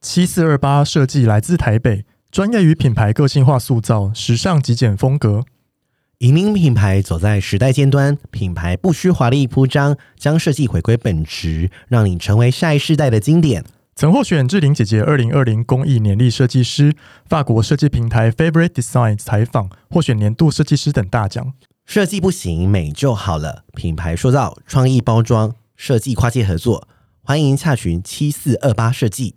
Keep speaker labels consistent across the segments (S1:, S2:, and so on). S1: 七四二八设计来自台北，专业于品牌个性化塑造、时尚极简风格。
S2: 引领品牌走在时代尖端，品牌不需华丽铺张，将设计回归本质，让你成为下一世代的经典。
S1: 曾获选志玲姐姐二零二零公益年历设计师、法国设计平台 Favorite Design 采访获选年度设计师等大奖。
S2: 设计不行，美就好了。品牌塑造、创意包装、设计跨界合作，欢迎洽询七四二八设计。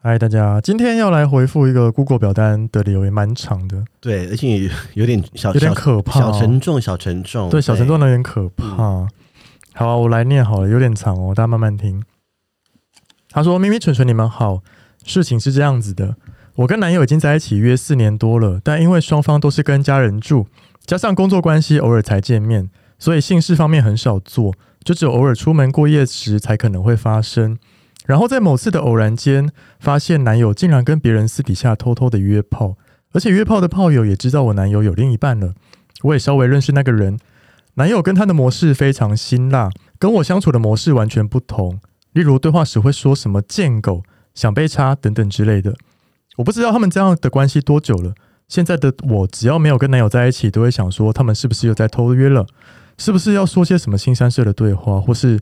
S1: 嗨，大家，今天要来回复一个 Google 表单的留言，蛮长的，
S2: 对，而且有点小
S1: 有点可怕、
S2: 小
S1: 哦。
S2: 沉重，小沉重，
S1: 对，小陈做的有点可哦怕。好啊，我来念好了，有点长哦，大家慢慢听。他说：“咪咪、蠢蠢，你们好。事情是这样子的，我跟男友已经在一起约四年多了，但因为双方都是跟家人住，加上工作关系，偶尔才见面，所以性事方面很少做，就只有偶尔出门过夜时才可能会发生。然后在某次的偶然间，发现男友竟然跟别人私底下偷偷的约炮，而且约炮的炮友也知道我男友有另一半了，我也稍微认识那个人。”男友跟他的模式非常辛辣，跟我相处的模式完全不同。例如对话时会说什么“贱狗”“想被插”等等之类的。我不知道他们这样的关系多久了。现在的我，只要没有跟男友在一起，都会想说他们是不是又在偷约了？是不是要说些什么新三色的对话，或是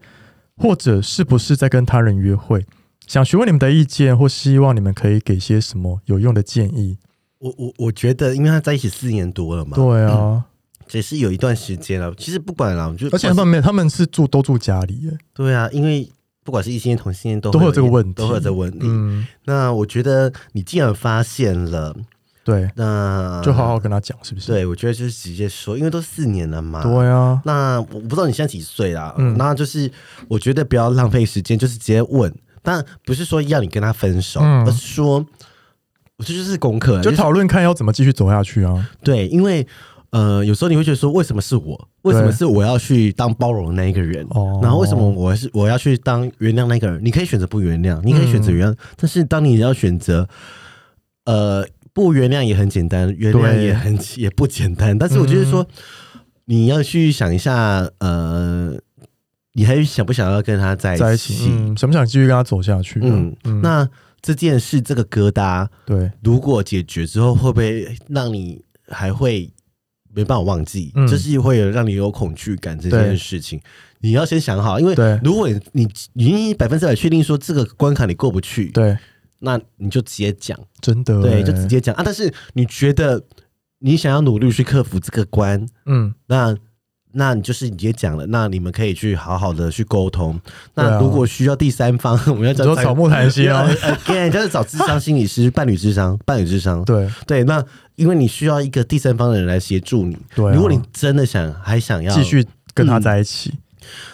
S1: 或者是不是在跟他人约会？想询问你们的意见，或希望你们可以给些什么有用的建议。
S2: 我我我觉得，因为他在一起四年多了嘛，
S1: 对啊，
S2: 也是有一段时间了。其实不管啦，我觉得
S1: 而且他们没，他们是住都住家里耶，
S2: 对啊，因为不管是异性恋、同性恋，都
S1: 都会有这个
S2: 一
S1: 问题，
S2: 都会有这个问题。
S1: 嗯，
S2: 那我觉得你既然发现了，
S1: 对，
S2: 那
S1: 就好好跟他讲，是不是？
S2: 嗯对，我觉得就是直接说，因为都四年了嘛。
S1: 对啊，
S2: 那我不知道你现在几岁啦，
S1: 嗯
S2: 那就是我觉得不要浪费时间，就是直接问。但不是说要你跟他分手，
S1: 嗯
S2: 而是说，我这就是功课，
S1: 就是讨论看要怎么继续走下去啊。
S2: 对，因为呃，有时候你会觉得说，为什么是我？为什么
S1: 对
S2: 是我要去当包容的那一个人？
S1: 哦
S2: 然后为什么我是我要去当原谅那个人？你可以选择不原谅，你可以选
S1: 嗯
S2: 择原谅，但是当你要选择，呃，不原谅也很简单，原谅
S1: 对嗯
S2: 也很也不简单。但是我就是说，你要去想一下，呃，你还想不想要跟他在
S1: 在
S2: 一
S1: 一起，嗯，想不想继续跟他走下去啊？
S2: 嗯
S1: 嗯，
S2: 那这件事这个疙瘩，
S1: 对，
S2: 如果解决之后，会不会让你还会没办法忘记？
S1: 嗯
S2: 就是会有让你有恐惧感这件
S1: 对
S2: 事情，你要先想好，因为
S1: 对
S2: 如果你你你百分之百确定说这个关卡你过不去，
S1: 对，
S2: 那你就直接讲，
S1: 真的欸，
S2: 对，就直接讲啊。但是你觉得你想要努力去克服这个关，
S1: 嗯，
S2: 那。那你就是也讲了，那你们可以去好好的去沟通。
S1: 对
S2: 那
S1: 啊
S2: 如果需要第三方， 我们要呃
S1: 你
S2: 找
S1: 说草木谈心 啊？
S2: ，again，就是找智商心理师、伴侣智商、伴侣智商。
S1: 对
S2: 对，那因为你需要一个第三方的人来协助你。
S1: 对啊，
S2: 如果你真的想还想要
S1: 继，续跟他在一起，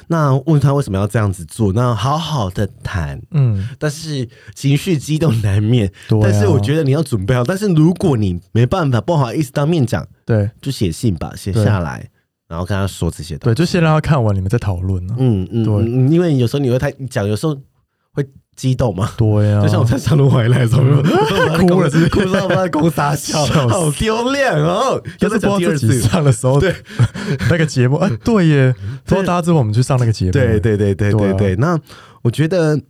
S2: 那问他为什么要这样子做，那好好的谈。
S1: 嗯，
S2: 但是情绪激动难免，
S1: 对啊。
S2: 但是我觉
S1: 得
S2: 得你要准备好。但是如果你没办法，不好意思当面讲，
S1: 对
S2: 就写信吧，写
S1: 对
S2: 下来，然后跟他说这些东
S1: 对，
S2: 西。
S1: 就先让他看完，你们再讨论啊。
S2: 嗯嗯，
S1: 对
S2: 嗯因为有时候你会太你讲，有时候会激动嘛。
S1: 对啊，
S2: 就像我在上路回来的时候，
S1: 哭了是不是
S2: 哭到不知道在公撒笑，
S1: 笑死
S2: 好丢脸哦！
S1: 就
S2: 又
S1: 是不知
S2: 在
S1: 道
S2: 讲第二
S1: 自己
S2: 次，
S1: 上的时候，
S2: 对
S1: 那个节目，哎，对 耶，不知道大家知道我们去上那个节目，
S2: 对对对对
S1: 对
S2: 对
S1: 啊
S2: 对。那我觉得，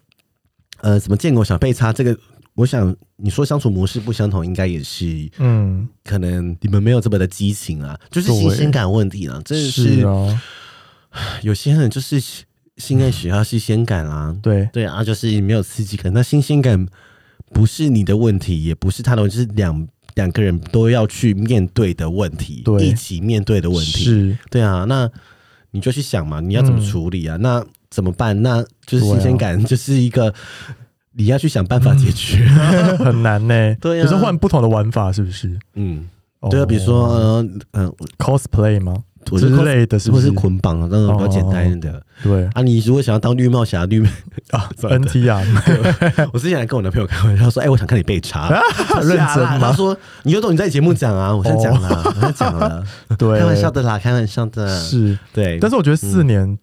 S2: 呃，什么见过小被插这个，我想你说相处模式不相同，应该也是
S1: 嗯，
S2: 可能你们没有这么的激情啊，就是
S1: 对
S2: 新鲜感问题啊，真的
S1: 是
S2: 是
S1: 啊，
S2: 有些人就是性爱需要新鲜 感啊，
S1: 对
S2: 对啊，就是没有刺激感，那新鲜感不是你的问题，也不是他的问题，就是两。两个人都要去面对的问题，
S1: 对
S2: 一起面对的问题，
S1: 是，
S2: 对啊，那你就去想嘛，你要怎么
S1: 嗯
S2: 处理啊？那怎么办？那就是
S1: 对啊
S2: 新鲜感，就是一个你要去想办法解决。
S1: 很难呢、
S2: 对啊
S1: 有时候换不同的玩法，是不是？
S2: 嗯，
S1: 哦
S2: 对啊，比如说，嗯、呃、嗯、
S1: cosplay 吗？
S2: 我觉得
S1: 之类的是不
S2: 或
S1: 是哦
S2: 是捆绑啊那种比较简单的
S1: 对
S2: 啊。你如果想要当绿帽 侠、绿妹啊，算了
S1: ，NTR
S2: 我之前还跟我男朋友开玩笑说，哎，我想看你被查， 他说
S1: 认
S2: 啊
S1: 真吗哦
S2: 他说你有种你在节目讲啊，我现在讲了，我现在讲了，
S1: 对，
S2: 开玩笑的嗯啦，开玩笑的，
S1: 是，
S2: 对，
S1: 但是我觉得四年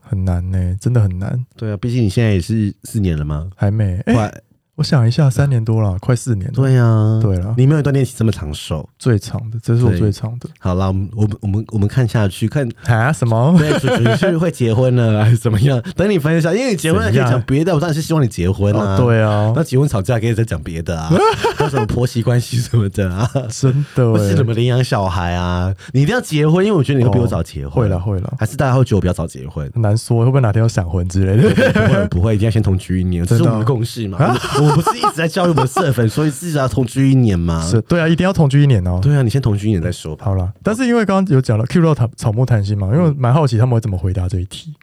S1: 很难呢，真的很难，
S2: 对啊，毕竟你现在也是四年了嘛，
S1: 还没。哎，
S2: 快，
S1: 我想一下，三年多了，快四年了，
S2: 对呀，
S1: 对啊了，
S2: 你没有锻炼起这么长寿。
S1: 最长的，这是我
S2: 对
S1: 最长的。
S2: 好啦，我们我们我们我们看下去，看
S1: 啊？什么？
S2: 对，主主是会结婚了还是怎 么样？等你分享，因为你结婚了可以
S1: 怎样
S2: 讲别的，我当然是希望你结婚
S1: 哦，
S2: 啊。
S1: 对啊，
S2: 那结婚吵架可以再讲 别的啊，还有什么婆媳关系什么的啊，
S1: 真的
S2: 或是
S1: 欸
S2: 怎么领养小孩啊，你一定要结婚，因为我觉得你会比我早结婚。
S1: 会了，会了，
S2: 还是大家会觉得我比较早
S1: ？
S2: 结婚
S1: 很难说会不会哪天要闪婚之类的。
S2: 不会不会，一定要先同居一年，这
S1: 真
S2: 是
S1: 的
S2: 我
S1: 啊
S2: 们的共 识嘛？我们我不是一直在教育我们社粉，所以自己要同居一年嘛？
S1: 是，对啊，一定要同居一年哦。
S2: 对啊，你先同居一年再说 吧。
S1: 好啦，但是因为刚刚有讲了 Q 到草草木谈心嘛，因为我蛮好奇他们会怎么回答这一题，
S2: 嗯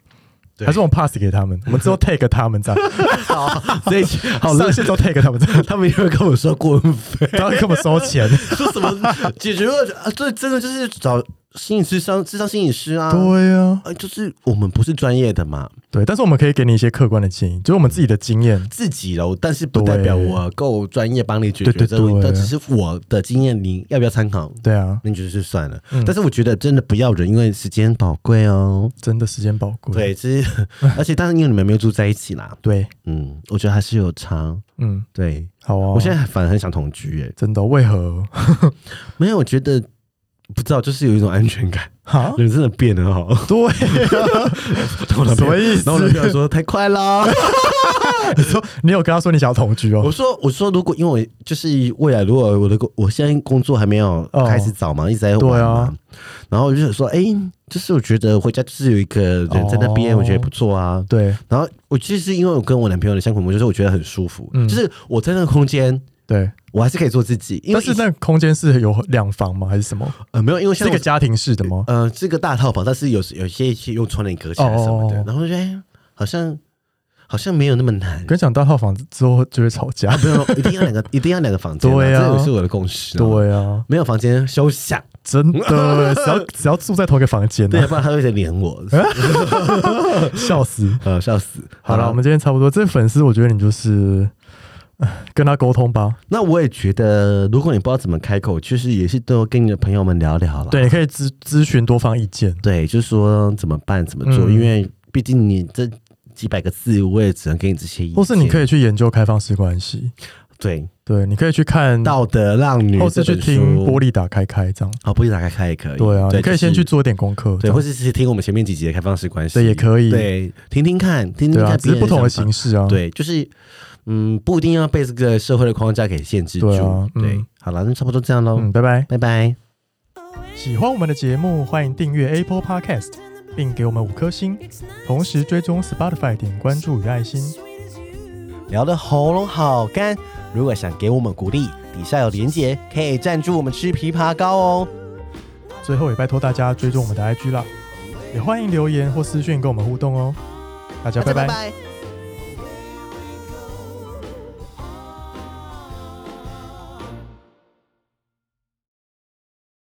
S2: 对
S1: 还是我们 pass 给他们，我们 之后 take 他们这样，
S2: 所以好 了
S1: 上，线之后 take 他们这 样，
S2: 他们也会跟我说过分。
S1: 然后给我们收 钱。
S2: 说什么 解决问题啊？这真的就是找心理智商，智商心理师啊。
S1: 对啊，
S2: 啊，就是我们不是专业的嘛，
S1: 对，但是我们可以给你一些客观的建议，就是我们自己的经验。
S2: 自己喽，但是不代表我够专业帮你解决
S1: 对对
S2: 这个问题，
S1: 对
S2: 但只是我的经验，你要不要参考？
S1: 对啊，
S2: 那你就是算了。
S1: 嗯
S2: 但是我觉得真的不要忍，因为时间宝贵哦。
S1: 真的时间宝贵。
S2: 对，这是而且，但是因为你们没有住在一起啦，
S1: 对，
S2: 嗯，我觉得还是有差。
S1: 嗯，
S2: 对，
S1: 好啊。
S2: 我现在反而很想同居耶、
S1: 真的为 何？
S2: 没有，我觉得不知道，就是有一种安全感。
S1: 哈，
S2: 人真的变得好，
S1: 对
S2: 我
S1: 啊，什
S2: 男朋友
S1: 么意思
S2: 然后？我男朋友说太快了，
S1: 你说你有跟他说你想要同居
S2: 我
S1: 哦？
S2: 说我说如果因为我就是未来如果我的工我现在工作还没有
S1: 哦
S2: 开始找嘛，一直在玩
S1: 对
S2: 嘛
S1: 啊，
S2: 然后我就想说，哎、就是我觉得回家就是有一个人在那边，
S1: 哦
S2: 我觉得不错啊。
S1: 对
S2: 然后我其实因为我跟我男朋友的相处模式，就是我觉得很舒服，
S1: 嗯
S2: 就是我在那个空间。
S1: 对，
S2: 我还是可以做自己，因为
S1: 但是那个空间是有两房吗？还是什么？
S2: 呃没有，因为像
S1: 是一
S2: 我
S1: 个家庭式的吗？
S2: 呃这个大套房，但是有时有些是用窗帘隔起来什么的，
S1: 哦
S2: 然后我就觉得、哎好像好像没有那么 难，
S1: 跟你讲，大套房之后就会吵架
S2: 啊。不用一定要两个一定要两个房间啊，
S1: 对啊
S2: 这也是我的共识、啊。
S1: 对啊，
S2: 没有房间休想，
S1: 真的，只要只要住在同一个房间、
S2: 对，
S1: 啊，
S2: 不然他会一直连 我，
S1: 笑死。
S2: 呃，笑死。
S1: 好了，我们今天差不多。这粉丝，我觉得你就是唉跟他沟通吧。
S2: 那我也觉得，如果你不知道怎么开口，就是也是都跟你的朋友们聊聊了。
S1: 对，你可以咨咨询多方意见。
S2: 对，就是说怎么办，怎么做，
S1: 嗯
S2: 因为毕竟你这几百个字，我也只能给你这些意见。
S1: 或是你可
S2: 以
S1: 以去研究开放式关系，
S2: 对
S1: 对，你可以去看，
S2: 《道德浪女》
S1: 或是去
S2: 这本书
S1: 听玻，璃打开开这样。
S2: 好，玻璃打开开也可以。
S1: 对啊，你可以先去
S2: 就是
S1: 做一点功课。这
S2: 对，
S1: 样
S2: 或是是听我们前面几集的开放式关系，
S1: 对也可以
S2: 对，听听看，听听
S1: 对啊，
S2: 看，
S1: 只是不同的
S2: 形。
S1: 形式啊。
S2: 对，就是嗯，不一定要被这个社会的框架给限制住。
S1: 对啊嗯
S2: 对好了，那差不多这样喽，
S1: 嗯，拜拜。
S2: 拜拜。
S1: 喜欢我们的节目，欢迎订阅 Apple Podcast，并给我们五颗星，同时追踪 Spotify 点关注与爱心。
S2: 聊的喉咙好干，如果想给我们鼓励，底下有连结，可以赞助我们吃枇杷膏哦。
S1: 最后也拜托大家追踪我们的 IG 啦，也欢迎留言或私讯跟我们互动哦。大家
S2: 大家
S1: 拜拜
S2: 拜。拜